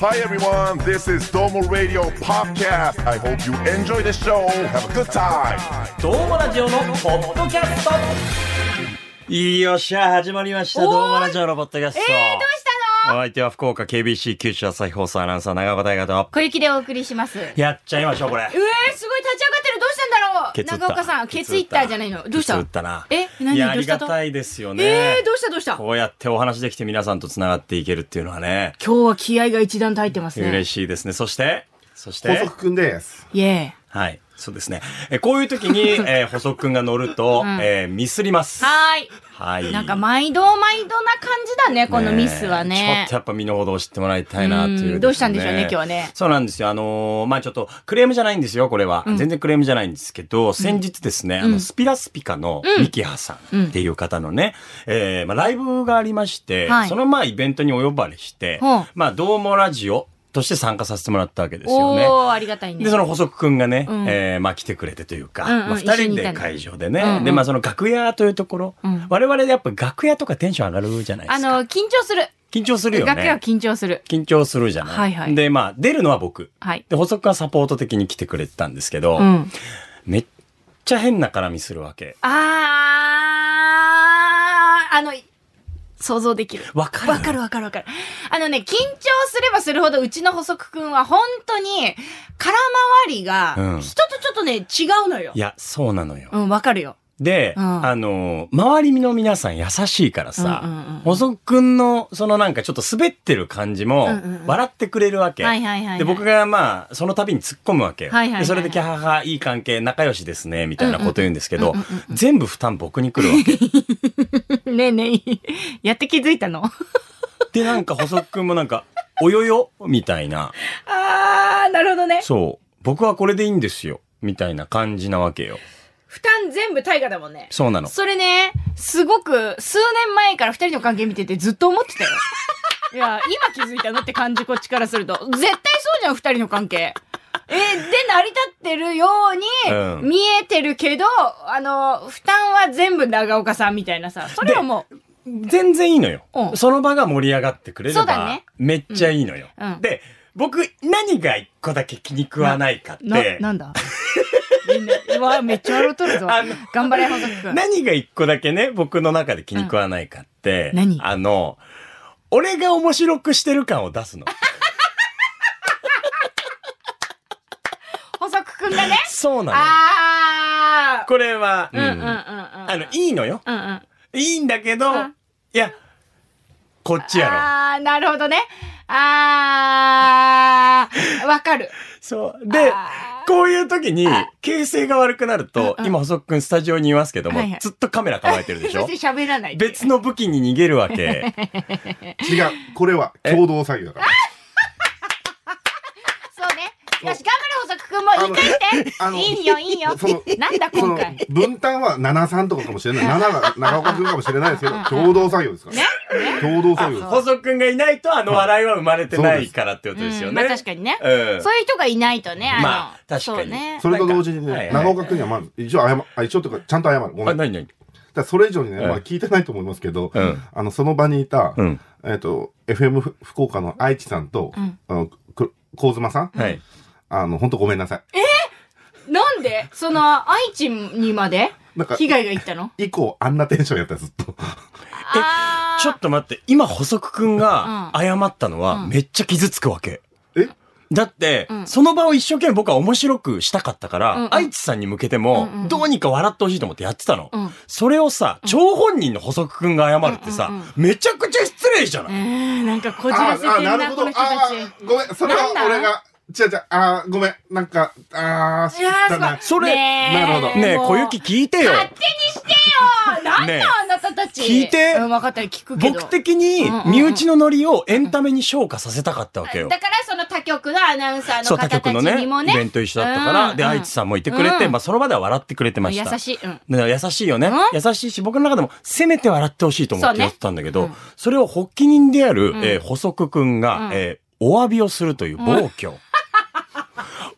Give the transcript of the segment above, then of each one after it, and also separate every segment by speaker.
Speaker 1: Hi everyone, this is Domo Radio Podcast. I hope you enjoy the show. Have a good time.
Speaker 2: どうもラジオのポッドキャストよっしゃ、始まりました。
Speaker 3: おー
Speaker 2: ど
Speaker 3: いう
Speaker 2: もラジオのポッドキャスト。
Speaker 3: えー、どうしたの
Speaker 2: お相手は福岡 KBC 九州朝日放送アナウンサー長岡大和と。
Speaker 3: 小雪でお送りします。うえ
Speaker 2: やっちゃいましょう、これ
Speaker 3: ー、す。ごい立ち上がってる。どうしたんだろう
Speaker 2: ケツ打った
Speaker 3: 長岡さん、ケツいったじゃないの。どうした
Speaker 2: 打ったな。
Speaker 3: え何
Speaker 2: いや、あ
Speaker 3: どう
Speaker 2: り
Speaker 3: した
Speaker 2: が
Speaker 3: と
Speaker 2: たいですよね。
Speaker 3: えー、どうしたどうした今
Speaker 2: こうやってお話できて皆さんと繋がっていけるっていうのはね、
Speaker 3: 日は気合が一段と入ってますね。
Speaker 2: 嬉しいですね。そして、そして、
Speaker 4: 細くんです。
Speaker 3: イエ
Speaker 2: はい。そうですね。えこういう時 に、えー、細くんが乗ると、
Speaker 3: ん
Speaker 2: えーミスります。
Speaker 3: ーイ。は
Speaker 2: は
Speaker 3: ー
Speaker 2: い。
Speaker 3: い。なんか毎度毎度な感じだね、このミスは
Speaker 2: ちょ
Speaker 3: ね
Speaker 2: っと。やっぱ身の程を知ってもらいたいなというですね、
Speaker 3: うんどうしたんでしょうね今日はね
Speaker 2: そうなんですよ。あのーまあちょっとクレームじゃないんですよ、これは。全然クレームじゃないんですけど、先日ですね、あの、スピラスピカのミキハさんっていう方のね、えーまあライブがありまして、
Speaker 3: はい
Speaker 2: そのまあイベントにお呼ばれして、
Speaker 3: ほう
Speaker 2: まあどうもラジオとして参加させてもらったわけですよね。
Speaker 3: おー、ありがたいね
Speaker 2: で、。その補足くんがね、
Speaker 3: うん
Speaker 2: えーまあ来てくれてというか、
Speaker 3: うんうん
Speaker 2: まあ二
Speaker 3: 一緒
Speaker 2: 人
Speaker 3: にいた
Speaker 2: で
Speaker 3: んだ
Speaker 2: 会場でね、
Speaker 3: うんうん
Speaker 2: で、まあその楽屋というところ、
Speaker 3: うん
Speaker 2: 我々やっぱ楽屋とかテンション上がるじゃないで
Speaker 3: あ
Speaker 2: すか。
Speaker 3: の、緊張する。
Speaker 2: 緊張するよね。
Speaker 3: 楽屋は緊張する。
Speaker 2: 緊張するじゃない。
Speaker 3: はいはい
Speaker 2: で、まあ出るのは僕。
Speaker 3: はい。
Speaker 2: で、補足はサポート的に来てくれてたんですけど、
Speaker 3: うん。
Speaker 2: めっちゃ変な絡みするわけ。
Speaker 3: あー、あの、想像できる。
Speaker 2: わかる
Speaker 3: わかるわかるわかる。あのね、緊張すればするほど、うちの補足くんは本当に、空回り
Speaker 2: うん
Speaker 3: が、人とちょっとね、違うのよ
Speaker 2: い。や、そうなのよ。
Speaker 3: うん、わかるよ。
Speaker 2: で、
Speaker 3: うん
Speaker 2: あの、周りの皆さん優しいからさ、
Speaker 3: うんうんうん
Speaker 2: 補足くんの、そのなんかちょっと滑ってる感じも
Speaker 3: うんうんうん、
Speaker 2: 笑ってくれるわけ。
Speaker 3: はいはいはいはい
Speaker 2: で、僕がまあ、その度に突っ込むわけ。
Speaker 3: はいはいはいはい
Speaker 2: でそれで、キャハハ、いい関係、仲良しですね、みたいなこと言うんですけど、
Speaker 3: うんうんうんうんうん
Speaker 2: 全部負担僕に来るわけ。
Speaker 3: ねえねえ、やって気づいたの
Speaker 2: で、なんか補足くんもなんか、 およよみたいな。
Speaker 3: あー、なるほどね。
Speaker 2: そう。僕はこれでいいんですよ。みたいな感じなわけよ。
Speaker 3: 負担全部大河だもんね。
Speaker 2: そうなの。
Speaker 3: それね、すごく、数年前から二人の関係見ててずっと思って たよ。いや、今気づいたのって感じ、こっちからすると。絶対そうじゃん、二人の関係。えーで、成り立ってるよう
Speaker 2: う
Speaker 3: に、
Speaker 2: ん
Speaker 3: 見えてるけど、あの、負担は全部長岡さんみたいなさ、それはもう、
Speaker 2: 全然いいのよ
Speaker 3: う。ん
Speaker 2: その場が盛り上がってくれれ
Speaker 3: そうだ
Speaker 2: ば、
Speaker 3: ね
Speaker 2: めっちゃいいのよ。
Speaker 3: うんうん
Speaker 2: で、僕、何が一個だけ気に食わないかっ
Speaker 3: な、
Speaker 2: て、
Speaker 3: なんだみんな、うわ、めっちゃ笑うとるぞ
Speaker 2: あの。
Speaker 3: 頑張れ、細木くん。
Speaker 2: 何が一個だけね、僕の中で気に食わないかって、
Speaker 3: うん何
Speaker 2: あの、俺が面白くしてる感を出すの。
Speaker 3: 細木くんがね。
Speaker 2: そうなのよ。
Speaker 3: あー。
Speaker 2: これは、
Speaker 3: うんうんうんうん。
Speaker 2: あ
Speaker 3: あ
Speaker 2: の、いいのよ。
Speaker 3: うんうん。
Speaker 2: いいんだけど、
Speaker 3: うん
Speaker 2: いや、こっちやろ。
Speaker 3: ああ、なるほどね。ああ、わかる。
Speaker 2: そう。で
Speaker 3: あ、
Speaker 2: こういう時に、形勢が悪くなると、
Speaker 3: うんうん
Speaker 2: 今、細くんスタジオにいますけども、
Speaker 3: はいはい
Speaker 2: ずっとカメラ構えてる
Speaker 3: そ
Speaker 2: で
Speaker 3: し
Speaker 2: してょ
Speaker 3: 喋らない。
Speaker 2: 別の武器に逃げるわ け。
Speaker 4: 違う。これは共同作業だから。
Speaker 3: そうね。よし、頑張れ、細くくんも言い返して。
Speaker 4: あの
Speaker 3: いいよ、いいよ
Speaker 4: その。
Speaker 3: なんだ、
Speaker 4: そ
Speaker 3: 今
Speaker 4: の
Speaker 3: 回。ね。
Speaker 4: 分担は73とかかもしれない。7が長岡君かもしれないですけど、共同作業ですから。共同作業です。
Speaker 2: 細くんがいないと、あの笑いは生まれてないからってことですよ
Speaker 3: う
Speaker 2: ね。
Speaker 3: んまあ確かにね。
Speaker 2: うん
Speaker 3: そういう人がいないとね、あの、
Speaker 2: まあ確かに
Speaker 3: そうね。
Speaker 4: それと同時に
Speaker 2: はいは、
Speaker 4: ね
Speaker 2: い
Speaker 4: 長岡君にはまず、一応謝、あ一応というか、ちゃんと謝る。ごめ
Speaker 2: あ、
Speaker 4: ん。だか
Speaker 2: 何何
Speaker 4: らそれ以上にね、
Speaker 2: うん
Speaker 4: まあ聞いてないと思いますけど
Speaker 2: うん、
Speaker 4: あの、その場にいた
Speaker 2: うん、
Speaker 4: えっと、FM ふ福岡の愛知さんと、あの、く香妻さん
Speaker 2: はい。
Speaker 4: あの、本当ごめんなさい。
Speaker 3: なんで、その、愛知にまで
Speaker 4: なんか、
Speaker 3: 被害がいったの
Speaker 4: 以降、あんなテンションやった、ずっと。
Speaker 3: あー
Speaker 2: ちょっと待って、今、細くんが
Speaker 3: う
Speaker 2: 謝ったのは、
Speaker 3: うん
Speaker 2: めっちゃ傷つくわけ。
Speaker 4: え
Speaker 2: だって、
Speaker 3: うん
Speaker 2: その場を一生懸命僕は面白くしたかったから、
Speaker 3: うんうん
Speaker 2: 愛知さんに向けても、
Speaker 3: うんうん
Speaker 2: どうにか笑ってほしいと思ってやってたの。
Speaker 3: うん
Speaker 2: それをさ、張本人の補足くんが謝るってさ、
Speaker 3: うんうんうん
Speaker 2: めちゃくちゃ失礼じゃない、
Speaker 3: うーんなんかこじ
Speaker 4: あ
Speaker 3: らせて
Speaker 4: あ
Speaker 3: ん
Speaker 4: な
Speaker 3: な、
Speaker 4: る
Speaker 3: こ
Speaker 4: ほ
Speaker 3: の
Speaker 4: ど。
Speaker 3: 人た
Speaker 4: あ
Speaker 3: ち。
Speaker 4: ーごめん、それは
Speaker 3: なんだ
Speaker 4: 俺が、違う違う、あーごめん、なんか、あ
Speaker 3: いやー
Speaker 4: ー、知ったな。
Speaker 2: それ、
Speaker 3: ねえ
Speaker 4: なるほど
Speaker 2: ねえ、
Speaker 3: もう
Speaker 2: 小雪聞いてよ。
Speaker 3: 勝手にしてよなん
Speaker 2: ねえ
Speaker 3: だあなたたち
Speaker 2: 聞いて
Speaker 3: うん分かった聞くけど。
Speaker 2: 僕的に
Speaker 3: うんうんう、ん
Speaker 2: 身内のノリをエンタメに昇華させたかったわけよ。
Speaker 3: だからその他局のアナウンサー
Speaker 2: そ
Speaker 3: の
Speaker 2: う、他
Speaker 3: 方たち
Speaker 2: 局のね、
Speaker 3: にもね。
Speaker 2: イベント一緒だったから、で、愛知さんもいてくれて、
Speaker 3: うん
Speaker 2: まあ、その場では笑ってくれてました。
Speaker 3: 優しい。うん。
Speaker 2: だから優しいよね
Speaker 3: ん。
Speaker 2: 優しいし、僕の中でも、せめて笑ってほしいと思ってやってたんだけど、そ,、
Speaker 3: そうね
Speaker 2: れを発起人である、
Speaker 3: ん
Speaker 2: えー補足くんが、
Speaker 3: うん
Speaker 2: えーお詫びをするという暴 挙。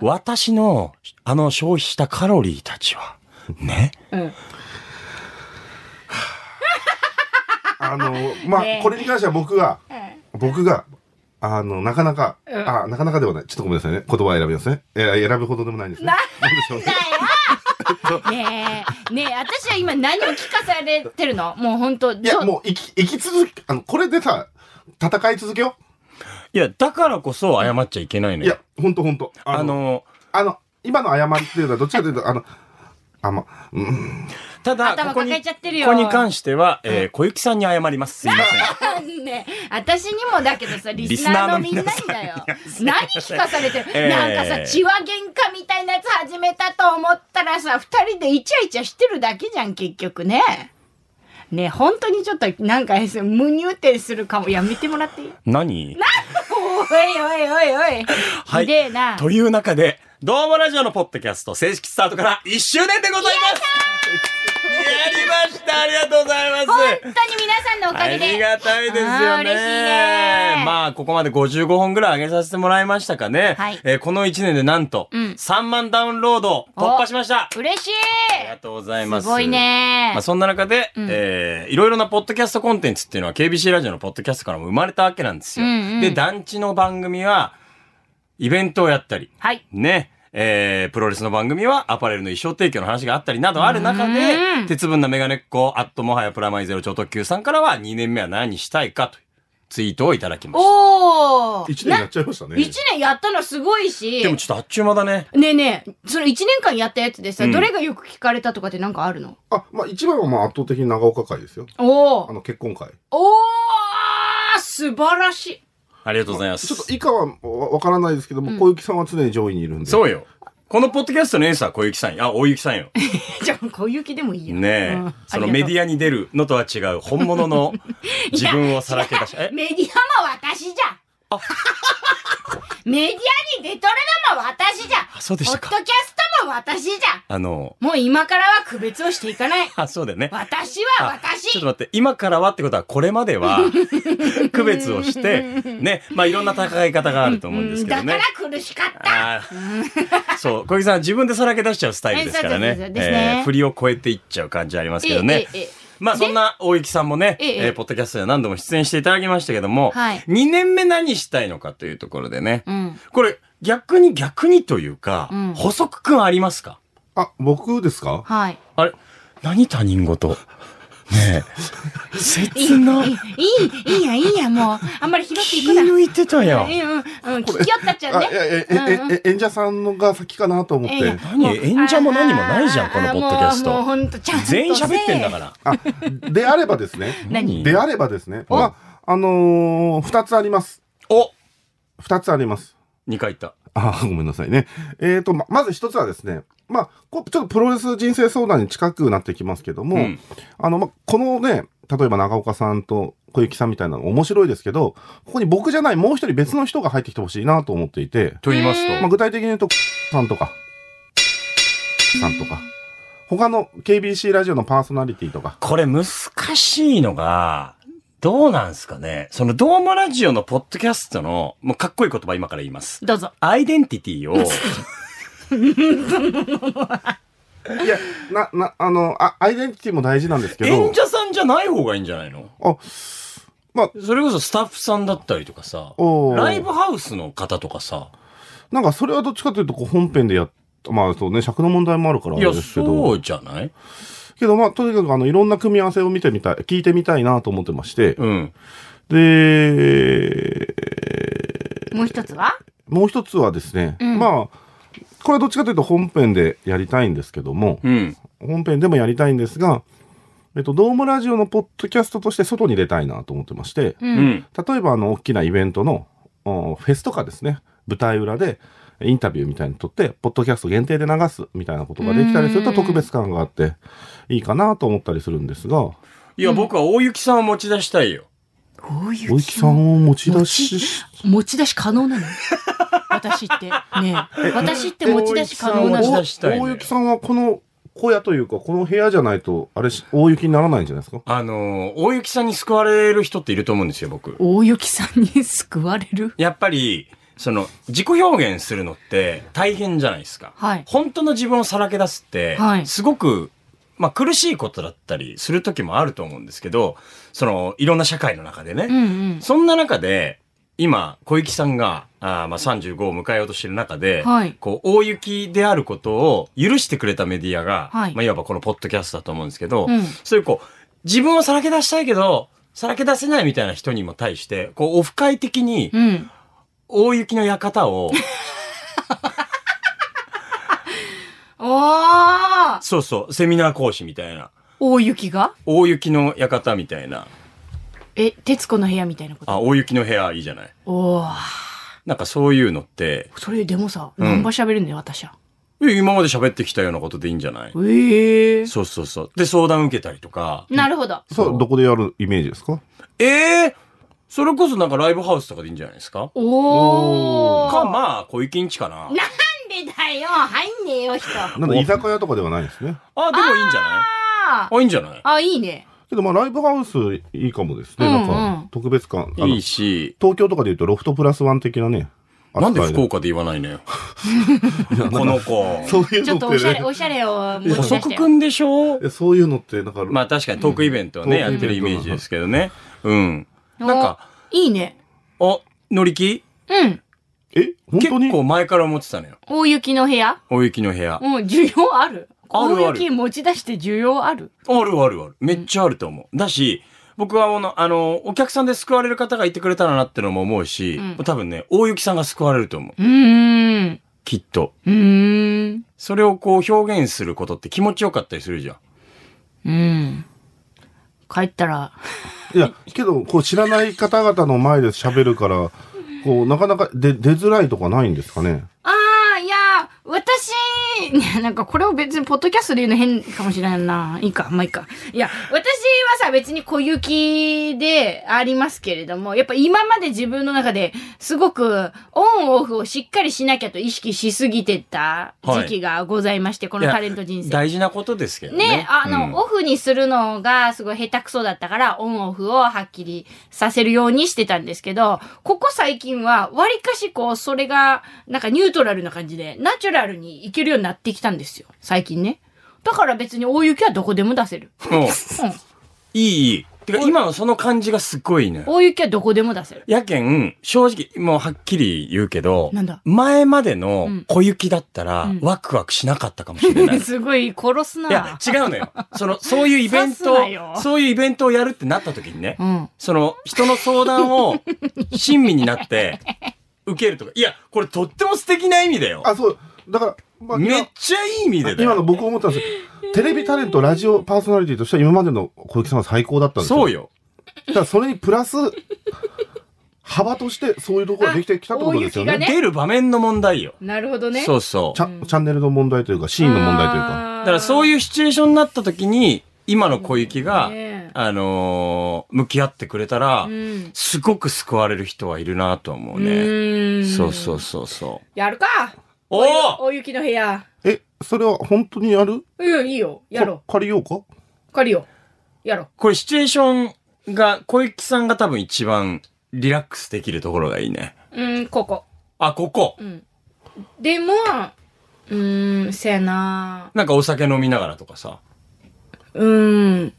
Speaker 2: 私の、あの、消費したカロリーたちは、ね。
Speaker 3: うん。
Speaker 4: あの、まあ
Speaker 3: ねえ、
Speaker 4: これに関しては僕が、僕が、あの、なかなか、
Speaker 3: うん
Speaker 4: あ、なかなかではない。ちょっとごめんなさいね。言葉を選びますね。えー、選ぶほどでもないんですね。なんでしょうね。
Speaker 3: ねえ、ねえ、私は今何を聞かされてるのもう本当
Speaker 4: いや、もう、生き、生き続け、あの、これでさ、戦い続けよ
Speaker 2: いや、だからこそ謝っちゃいけないの
Speaker 4: う。い
Speaker 2: よ
Speaker 4: や。、ほんとほんと。
Speaker 2: あ
Speaker 4: あの、
Speaker 2: の、
Speaker 4: あの、今の謝りっていうのは、どっちかというと、あの、あま、うん、
Speaker 2: ただ、
Speaker 3: 頭
Speaker 2: ここに、
Speaker 3: 抱えちゃってるよ
Speaker 2: ここに関しては、えー小雪さんに謝ります。すいません。
Speaker 3: う、ねえ、私にもだけどさ、リスナーのみんなにだよ。何聞かされてる、
Speaker 2: ええ
Speaker 3: なんかさ、血は喧嘩みたいなやつ始めたと思ったらさ、二人でイチャイチャしてるだけじゃん、結局ね。ねえ、本当にちょっと、なんか、無入店するかも。やめてもらっていい
Speaker 2: 何
Speaker 3: おいおいおいおい。
Speaker 2: はい
Speaker 3: ひでえな。
Speaker 2: という中で、どうもラジオのポッドキャスト正式スタートから1周年でございますやりましたありがとうございま
Speaker 3: 本
Speaker 2: す
Speaker 3: 当に皆さんのお
Speaker 2: あ
Speaker 3: かげで。
Speaker 2: りがたいです
Speaker 3: あ
Speaker 2: よ
Speaker 3: ー
Speaker 2: ね。
Speaker 3: 嬉しいね
Speaker 2: まあ、ここまで55本ぐらい上げさせてもらいましたかね。
Speaker 3: はい
Speaker 2: えーこの1年でなんと、
Speaker 3: うん
Speaker 2: 3万ダウンロードを突破しました。
Speaker 3: 嬉しい
Speaker 2: ありがとうございます。
Speaker 3: すごいね
Speaker 2: まあ、そんな中で、
Speaker 3: ん
Speaker 2: えーいろいろなポッドキャストコンテンツっていうのは KBC ラジオのポッドキャストからも生まれたわけなんですよ。
Speaker 3: うんうん
Speaker 2: で、団地の番組は、イベントをやったり、
Speaker 3: はい。
Speaker 2: ね、えープロレスの番組はアパレルの衣装提供の話があったりなどある中
Speaker 3: うん
Speaker 2: で、鉄分なメガネっ子、アットもはやプラマイゼロ超特急さんからは2年目は何したいかというツイートをいただきました。
Speaker 3: おー
Speaker 4: 一年やっちゃいましたね。
Speaker 3: 一年やったのすごいし。
Speaker 2: でもちょっとあっちゅう間だね。
Speaker 3: ねえねえ、その一年間やったやつでさ、
Speaker 2: うん
Speaker 3: どれがよく聞かれたとかってなんかあるの
Speaker 4: あ、まあ、一番はまあ圧倒的に長岡会ですよ。
Speaker 3: お
Speaker 4: あ
Speaker 3: ー
Speaker 4: の、結婚会。
Speaker 3: おー素晴らしい
Speaker 2: ありがとうございま
Speaker 4: ちょっと
Speaker 2: す。
Speaker 4: 以下はわわからないですけども、小雪さんは常に上位にいるんで。。
Speaker 2: そううよ。このポッドキャストのエースは小雪さんよ。あ、大雪さんよ。
Speaker 3: じゃあ、小雪でもいいよ。
Speaker 2: ねえ、
Speaker 3: うん
Speaker 2: そのメディ
Speaker 3: あ
Speaker 2: アに出るのとは違う本物 の自分をさらけ出し
Speaker 3: りがと
Speaker 2: え
Speaker 3: うメディアも私じゃん メディアに出とるのも私じゃん
Speaker 2: あそうでしたか
Speaker 3: ポッドキャストも私じゃん
Speaker 2: あの
Speaker 3: もう今からは区別をしていかない
Speaker 2: あそうだよね
Speaker 3: 私
Speaker 2: あ
Speaker 3: は
Speaker 2: ちょっ
Speaker 3: 私
Speaker 2: と待って今からはってことはこれまでは 区別をしてねまあいろんな戦い方があると思うんですけど
Speaker 3: だか
Speaker 2: ね
Speaker 3: ら。苦しかった
Speaker 2: あーそう小木さん自分でさらけ出しちゃうスタイルですから
Speaker 3: え
Speaker 2: ね
Speaker 3: そうそうそうですね
Speaker 2: えー振りを超えていっちゃう感じありますけど
Speaker 3: え
Speaker 2: ね
Speaker 3: えええ
Speaker 2: まあそんな大雪さんもね、
Speaker 3: ええ
Speaker 2: えーポッドキャストで何度も出演していただきましたけども、
Speaker 3: はい
Speaker 2: 2年目何したいのかというところでね、
Speaker 3: うん
Speaker 2: これ、逆に逆にというか、
Speaker 3: うん
Speaker 2: 補足くんありますか
Speaker 4: あ、僕ですか
Speaker 3: はい
Speaker 2: あれ何他人事ねえ。
Speaker 3: いい
Speaker 2: 切
Speaker 3: い
Speaker 2: な。
Speaker 3: いいいいやいいやもうあんまり拾ってい
Speaker 2: 気
Speaker 3: くな
Speaker 2: 抜いてたやん。
Speaker 3: うんうんうん聞きよったっちゃう
Speaker 4: あ、
Speaker 3: ね
Speaker 4: いやいや、え、え、え、演者さんのが先かなと思っ
Speaker 3: ええ
Speaker 4: て。
Speaker 2: 何演者も何もないじゃん、このポッドキャス
Speaker 3: もうもう
Speaker 2: ト。
Speaker 3: ほんとちゃんと
Speaker 2: 全員喋ってんだから。
Speaker 4: あ、であればで すね。
Speaker 3: 何
Speaker 4: であればですね。まあ、あのー、二つあります。
Speaker 2: お
Speaker 4: 二つあります。
Speaker 2: !2 回言った。
Speaker 4: あごめんなさいね。えっ、と、ま、まず一つはですね、まあ、こちょっとプロレス人生相談に近くなってきますけども、
Speaker 2: うん
Speaker 4: あの、ま、このね、例えば長岡さんと小雪さんみたいなの面白いですけど、ここに僕じゃないもう一人別の人が入ってきてほしいなと思っていて、
Speaker 2: と言います
Speaker 4: まあ、
Speaker 2: と。
Speaker 4: 具体的に言うと、さんとか、さんとか、他の KBC ラジオのパーソナリティとか、
Speaker 2: これ難しいのが、どうなんすかね。その、ドームラジオのポッドキャストの、もうかっこいい言葉今から言います。
Speaker 3: どうぞ
Speaker 2: アイデンティテ ィを、
Speaker 4: いや、な、な、あの、あ、アイデンティティも大事なんですけど
Speaker 2: 演、者さんじゃない方がいいんじゃないの
Speaker 4: あ、
Speaker 2: それこそスタッフさんだったりとかさ、
Speaker 4: おー
Speaker 2: ライブハウスの方とかさ、
Speaker 4: なんかそれはどっちかというと、こう本編でやっまあそうね、尺の問題もあるからあ
Speaker 2: い
Speaker 4: れ
Speaker 2: や、
Speaker 4: ですけ
Speaker 2: そ
Speaker 4: ど。
Speaker 2: うじゃない
Speaker 4: けどまあ、とにかくあの、いろんな組み合わせを見てみたい、聞いてみたいなと思ってまして。
Speaker 2: うん。
Speaker 4: で、
Speaker 3: もう一つは
Speaker 4: もう一つはですね、
Speaker 3: ん
Speaker 4: まあ、これはどっちかというと本編でやりたいんですけども、
Speaker 2: うん。
Speaker 4: 本編でもやりたいんですが、えっと、ドームラジオのポッドキャストとして外に出たいなと思ってまして、
Speaker 2: う
Speaker 3: う
Speaker 2: んん。
Speaker 4: 例えばあの、大きなイベントの、おフェスとかですね、舞台裏で、インタビューみたいに撮って、ポッドキャスト限定で流すみたいなことができたりすると
Speaker 3: うん
Speaker 4: 特別感があって、いいかなと思ったりするんですが、
Speaker 2: いや、僕は大雪さんを持ち出したいよ。
Speaker 3: 大雪
Speaker 4: 小雪さんを持ち出し、
Speaker 3: 持ち出し可 能なの私ってねえ私って持ち出し可能な
Speaker 2: 持ち
Speaker 3: の
Speaker 2: 出したいね
Speaker 4: 大雪さんはこの小屋というか、この部屋じゃないと、あれし、大雪にならないんじゃないですか
Speaker 2: あのー、大雪さんに救われる人っていると思うんですよ、僕。
Speaker 3: 大雪さんに救われる
Speaker 2: やっぱり、その、自己表現するのって大変じゃないですか。
Speaker 3: はい
Speaker 2: 本当の自分をさらけ出すって
Speaker 3: は、い
Speaker 2: すごく、まあ苦しいことだったりする時もあると思うんですけど、その、いろんな社会の中でね。
Speaker 3: うんうん
Speaker 2: そんな中で、今、小雪さんが、あーまあ35を迎えようとしてる中で、
Speaker 3: はい
Speaker 2: こう、大雪であることを許してくれたメディアが、
Speaker 3: はい
Speaker 2: い、まあ、いわばこのポッドキャストだと思うんですけど、
Speaker 3: うん
Speaker 2: そういうこう、自分をさらけ出したいけど、さらけ出せないみたいな人にも対して、こう、オフ会的に、
Speaker 3: うん。
Speaker 2: 大雪の館 を、
Speaker 3: おー
Speaker 2: そうそう、セミナー講師みたいな、
Speaker 3: 大雪が
Speaker 2: 大雪の館みたいな、
Speaker 3: え、徹子の部屋みたいなこと
Speaker 2: あ、大雪の部屋いいじゃない。
Speaker 3: おー
Speaker 2: なんかそういうのって、
Speaker 3: それでもさ、
Speaker 2: うん
Speaker 3: 何ば喋るんだよ、私は。
Speaker 2: え今まで喋ってきたようなことでいいんじゃない
Speaker 3: ええ
Speaker 2: そうそうそう。で、相談受けたりとか。
Speaker 3: なるほど。
Speaker 4: そう、どこでやるイメージですか
Speaker 2: ええそれこそなんかライブハウスとかでいいんじゃないですか
Speaker 3: おー
Speaker 2: か、まあ、小池んちかな。
Speaker 3: なんでだよ入んねえよ、人。
Speaker 4: なんだ居酒屋とかではないですね。
Speaker 2: あ、でもいいんじゃない
Speaker 3: あー
Speaker 2: あ、いいんじゃない
Speaker 3: あ、いいね。
Speaker 4: けどまあライブハウスいいかもですね。
Speaker 3: うんうん
Speaker 4: なんか特別感。あの
Speaker 2: いいし、
Speaker 4: 東京とかで言うとロフトプラスワン的なね。
Speaker 2: なんで福
Speaker 4: 岡
Speaker 2: 岡で言わないのよ。この子。
Speaker 4: そういう
Speaker 3: ちょ
Speaker 4: の
Speaker 3: っとお
Speaker 4: っ
Speaker 3: しゃれ、
Speaker 4: てね
Speaker 3: おしゃれを持ち出
Speaker 2: 補
Speaker 3: して
Speaker 2: 足くんでしょ
Speaker 4: いや。そういうのって、なんか、
Speaker 2: まあ確かにトークイベントはね、
Speaker 4: う
Speaker 2: や
Speaker 4: ん
Speaker 2: ってるイメージですけどね。うん。
Speaker 3: お
Speaker 2: なんか、
Speaker 3: いいね。
Speaker 2: あ、乗り気
Speaker 3: うん。
Speaker 4: え本
Speaker 2: 結
Speaker 4: 当に
Speaker 2: 構前から思ってたのよ。
Speaker 3: 大雪の部屋
Speaker 2: 大雪の部屋。
Speaker 3: うん、需要ある。
Speaker 2: あるある
Speaker 3: 大雪持ち出して需要ある。
Speaker 2: あるあるある。めっちゃあると思う。だし、僕はあの、あの、お客さんで救われる方がいてくれたらなってのも思うし、
Speaker 3: うん
Speaker 2: 多分ね、大雪さんが救われると思う。
Speaker 3: うーん。
Speaker 2: きっと。
Speaker 3: うーん。
Speaker 2: それをこう表現することって気持ちよかったりするじゃん。
Speaker 3: うん。帰ったら、
Speaker 4: いや、けど、こう、知らない方々の前で喋るから、こう、なかなか出、出づらいとかないんですかね。
Speaker 3: ああ、いや、私、 いやなんかこれを別にポッドキャストで言うの変かもしれないな。いいか、まあいいか。いや、私はさ、別に小雪でありますけれども、やっぱ今まで自分の中ですごくオンオフをしっかりしなきゃと意識しすぎてた時期がございまして、こ
Speaker 2: い
Speaker 3: の
Speaker 2: や
Speaker 3: タレント人生。
Speaker 2: 大事なことですけどね。
Speaker 3: ね、あの、
Speaker 2: うん
Speaker 3: オフにするのがすごい下手くそだったから、オンオフをはっきりさせるようにしてたんですけど、ここ最近は、わりかしこう、それが、なんかニュートラルな感じで、ナチュラルにいけるようになってきたんですよ。最近ね。だから別に大雪はどこでも出せる。
Speaker 2: うん
Speaker 3: うん。
Speaker 2: いい、いい。てか今のその感じがすっごいいいのよ。
Speaker 3: 大雪はどこでも出 せる。
Speaker 2: やけん、正直、もうはっきり言うけど
Speaker 3: なんだ、
Speaker 2: 前までの
Speaker 3: うん
Speaker 2: 小雪だったら、
Speaker 3: うん。
Speaker 2: ワクワクしなかったかもしれない
Speaker 3: すごい、殺す
Speaker 2: いや
Speaker 3: な、
Speaker 2: 違うのよ。その、そういうイベント
Speaker 3: 刺すなよ
Speaker 2: を、そういうイベントをやるってなった時にね、
Speaker 3: うん。
Speaker 2: その、人の相談を、親身になって、受けるとか。いや、これとっても素敵な意味だよ。
Speaker 4: あ、そう、だから、まあ、今
Speaker 2: めっちゃいい意味でだ
Speaker 4: 今の
Speaker 2: よ。
Speaker 4: 僕思ったんですよ。テレビタレント、ラジオパーソナリティとしては今までの小池さんは最高だったんですよ。
Speaker 2: そうよ。
Speaker 4: だからそれにプラス、幅としてそういうところができてきたってことですよ
Speaker 3: あ大
Speaker 4: ね。
Speaker 3: 雪が
Speaker 2: 出
Speaker 3: ね
Speaker 2: る場面の問題よ。
Speaker 3: なるほどね。
Speaker 2: そうそう。
Speaker 4: チャチャンネルの問題というか、シーンの問題というか。
Speaker 2: だからそう
Speaker 3: う
Speaker 2: いうシチュエーションになった時に、今の小雪が
Speaker 3: ねえ、
Speaker 2: あのー向き合ってくれたら
Speaker 3: う、ん。
Speaker 2: すごく救われる人はいるなとは思うね。
Speaker 3: うん。
Speaker 2: そうそうそうそう。
Speaker 3: やるか
Speaker 2: おー
Speaker 3: 大雪の部屋。
Speaker 4: え、それは本当にやる
Speaker 3: うん、いいよ。やろ
Speaker 4: か借りようか
Speaker 3: う。借りよう。やろう。
Speaker 2: これシチュエーションが、小雪さんが多分一番リラックスできるところがいいね。
Speaker 3: うん、ここ。
Speaker 2: あ、ここ。
Speaker 3: うん。でも、うーん、せやな
Speaker 2: なんかお酒飲みながらとかさ。
Speaker 3: うーん。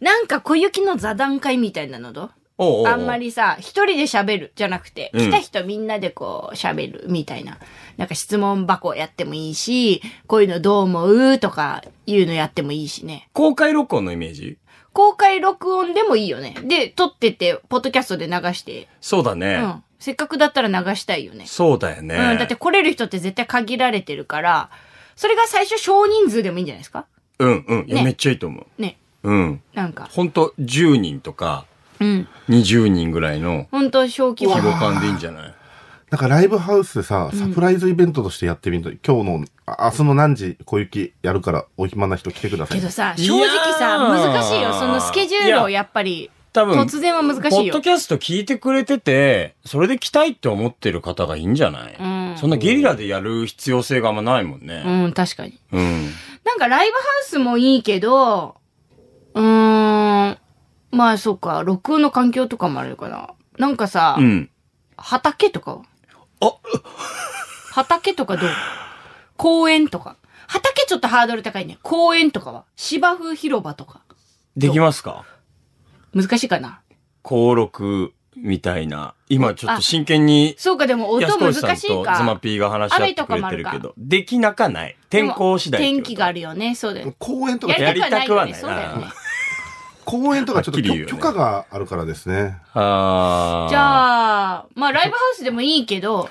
Speaker 3: なんか小雪の座談会みたいなのど
Speaker 2: おうおうおう
Speaker 3: あんま。りさ、一人で喋るじゃなくて、
Speaker 2: うん
Speaker 3: 来た人みんなでこう喋るみたいな。なんか質問箱やってもいいし、こういうのどう思うとかいうのやってもいいしね。
Speaker 2: 公開録音のイメージ
Speaker 3: 公開録音でもいいよね。で、撮ってて、ポッドキャストで流して。
Speaker 2: そうだね。
Speaker 3: うん。せっかくだったら流したいよね。
Speaker 2: そうだよね。
Speaker 3: うん、だって来れる人って絶対限られてるから、それが最初少人数でもいいんじゃないですか
Speaker 2: うんうん。いや、
Speaker 3: ね
Speaker 2: めっちゃいいと思う。
Speaker 3: ね。
Speaker 2: うん。
Speaker 3: なんか。
Speaker 2: ほんと、10人とか、
Speaker 3: うん。
Speaker 2: 20人ぐらいの
Speaker 3: 本当小規模
Speaker 2: 規模
Speaker 3: な。
Speaker 2: 感でいいんじゃない
Speaker 4: なんかライブハウスでさ、サプライズイベントとしてやってみると、今日の、あ明日の何時、小雪やるから、お暇な人来てくださ
Speaker 3: け
Speaker 4: い。
Speaker 3: どさ、
Speaker 2: いやー
Speaker 3: 正直さ、難しいよ。そのスケジュールを
Speaker 2: い
Speaker 3: やっぱり、
Speaker 2: 多分、
Speaker 3: 突然は難
Speaker 2: ポ
Speaker 3: しい
Speaker 2: ッド
Speaker 3: よ。
Speaker 2: キャスト聞いてくれてて、それで来たいって思ってる方がいいんじゃない、
Speaker 3: うん
Speaker 2: そんなゲリラでやる必要性があんまないもんね。
Speaker 3: うん、確かに。
Speaker 2: うん。
Speaker 3: なんかライブハウスもいいけど、うーん、まあそうか、録音の環境とかもあるかな。なんかさ、
Speaker 2: うん。
Speaker 3: 畑とかは
Speaker 2: あ
Speaker 3: 畑とかどう公園とか。畑ちょっとハードル高いね。公園とかは芝生広場とか。
Speaker 2: できますか
Speaker 3: 難しいかな
Speaker 2: 登録みたいな。今ちょっと真剣に、
Speaker 3: そうか、でも音
Speaker 2: 安
Speaker 3: 難
Speaker 2: 藤
Speaker 3: しい
Speaker 2: さんとズマ
Speaker 3: か。
Speaker 2: ピーが話し合ってくれてるけど、できなかない。天候次第って
Speaker 3: で
Speaker 2: こ
Speaker 3: も
Speaker 2: と。
Speaker 3: 天気があるよね。そうだよね。
Speaker 4: 公園とか
Speaker 3: や、りたくはないよね。
Speaker 2: やりた
Speaker 3: そ
Speaker 2: く
Speaker 3: う
Speaker 2: はな
Speaker 3: だ
Speaker 2: いな
Speaker 3: よね。
Speaker 4: 公園とかちょっ
Speaker 2: は
Speaker 4: と
Speaker 2: っきり
Speaker 4: 許
Speaker 2: 言うよ
Speaker 4: 許
Speaker 2: ね
Speaker 4: 可があるからですね。
Speaker 2: あー
Speaker 3: じゃあ、まあライブハウスでもいいけど、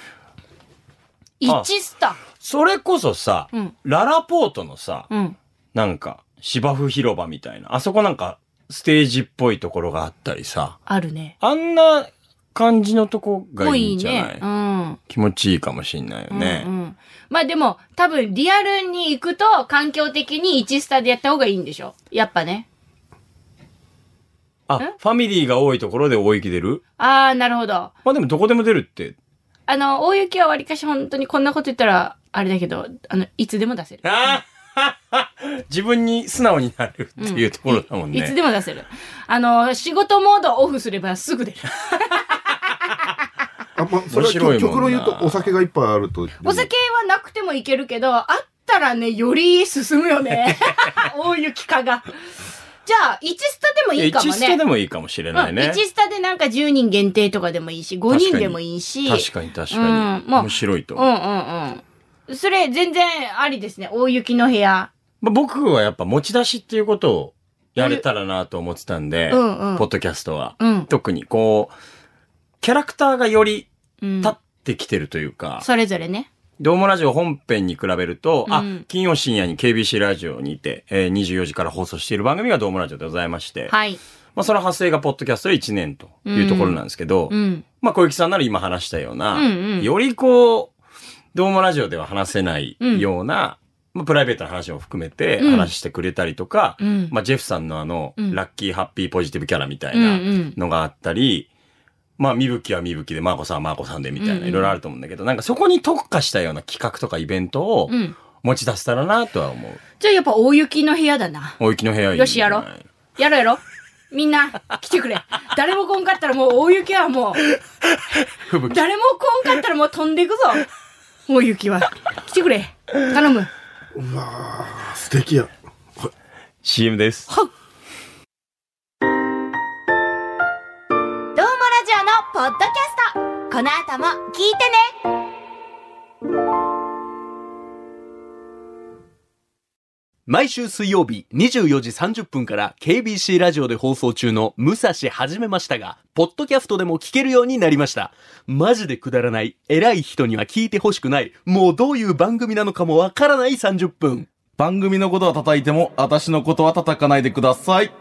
Speaker 3: 一スタ。
Speaker 2: それこそさ、
Speaker 3: うん
Speaker 2: ララポートのさ、
Speaker 3: うん。
Speaker 2: なんか、芝生広場みたいな。あそこなんか、ステージっぽいところがあったりさ。
Speaker 3: あるね。
Speaker 2: あんな感じのとこがいいんじゃない
Speaker 3: もうね。
Speaker 2: 気持ちいいかもしんないよ
Speaker 3: うん。
Speaker 2: ね。
Speaker 3: うんうん。まあでも、多分リアルに行くと環境的に一スタでやった方がいいんでしょやっぱね。
Speaker 2: あ、
Speaker 3: ん
Speaker 2: ファミリーが多いところで大雪出る
Speaker 3: あー、なるほど。
Speaker 2: まあでもどこでも出る って。
Speaker 3: あの、大雪はわりかし本当にこんなこと言ったら、あれだけど、あの、いつでも出せる。
Speaker 2: あー自分に素直になれるっていうところだもんね。
Speaker 3: いつでも出せる。あの、仕事モードオフすればすぐ出る。
Speaker 4: あ、まあ、そ
Speaker 2: 面
Speaker 4: れは
Speaker 2: 白いもんな
Speaker 4: 極論言うとお酒がいっぱいあると。
Speaker 3: お酒はなくてもいけるけど、あったらね、より進むよ ね。大雪化が。じゃあ、1スタでもいいかも
Speaker 2: 一スタ
Speaker 3: ね
Speaker 2: で。もいいかもしれない
Speaker 3: うん
Speaker 2: ね
Speaker 3: 1。スタでなんか10人限定とかでもいいし、5人でもいいし。
Speaker 2: 確かに確かに。
Speaker 3: うんまあ
Speaker 2: 面白いと
Speaker 3: う
Speaker 2: 思う。
Speaker 3: んうんうん。それ全然ありですね。大雪の部屋。
Speaker 2: まあ、僕はやっぱ持ち出しっていうことをやれたらなと思ってたんで、
Speaker 3: うんうん
Speaker 2: ポッドキャストは。
Speaker 3: うん。
Speaker 2: 特にこう、キャラクターがより
Speaker 3: うん
Speaker 2: 立ってきてるというか、
Speaker 3: それぞれね。
Speaker 2: ドームラジオ本編に比べると、
Speaker 3: う
Speaker 2: あ
Speaker 3: ん、
Speaker 2: 金曜深夜に KBC ラジオにて、えー24時から放送している番組がドームラジオでございまして、
Speaker 3: はい。
Speaker 2: まあその派生がポッドキャストで1年というところなんですけど、
Speaker 3: うん。
Speaker 2: まあ小雪さんなら今話したような、
Speaker 3: うんうん
Speaker 2: よりこう、ドームラジオでは話せないような、まあプライベートな話も含めて
Speaker 3: うん
Speaker 2: 話してくれたりとか、
Speaker 3: うん。
Speaker 2: まあ、ジェフさんのあの、
Speaker 3: うん
Speaker 2: ラッキーハッピーポジティブキャラみたい
Speaker 3: うんうん
Speaker 2: なのがあったり、まあ、みぶきはみぶきで、まーこさんはまーこさんでみた
Speaker 3: う
Speaker 2: い
Speaker 3: んう
Speaker 2: な、
Speaker 3: ん
Speaker 2: いろいろあると思うんだけど、なんかそこに特化したような企画とかイベントを
Speaker 3: うん。
Speaker 2: 持ち出せたらなとは思う。
Speaker 3: じゃあやっぱ大雪の部屋だな。
Speaker 2: 大雪の部屋いいんじゃない
Speaker 3: よしやろうやろうやろう。み んな、来てくれ。誰も来んかったらもう大雪はも
Speaker 2: 吹
Speaker 3: う、
Speaker 2: 雪。
Speaker 3: 誰も来んかったらもう飛んでいくぞ。大雪は。来てくれ。頼む。
Speaker 4: あ素敵や。
Speaker 2: CM です。
Speaker 5: ドームラジオのポッドキャストこの後も聞いてね
Speaker 6: 毎週水曜日24時30分から KBC ラジオで放送中の武蔵始めましたが、ポッドキャストでも聞けるようになりました。マジでくだらない、偉い人には聞いてほしくない、もうどういう番組なのかもわからない30分。
Speaker 7: 番組のことは叩いても、私のことは叩かないでください。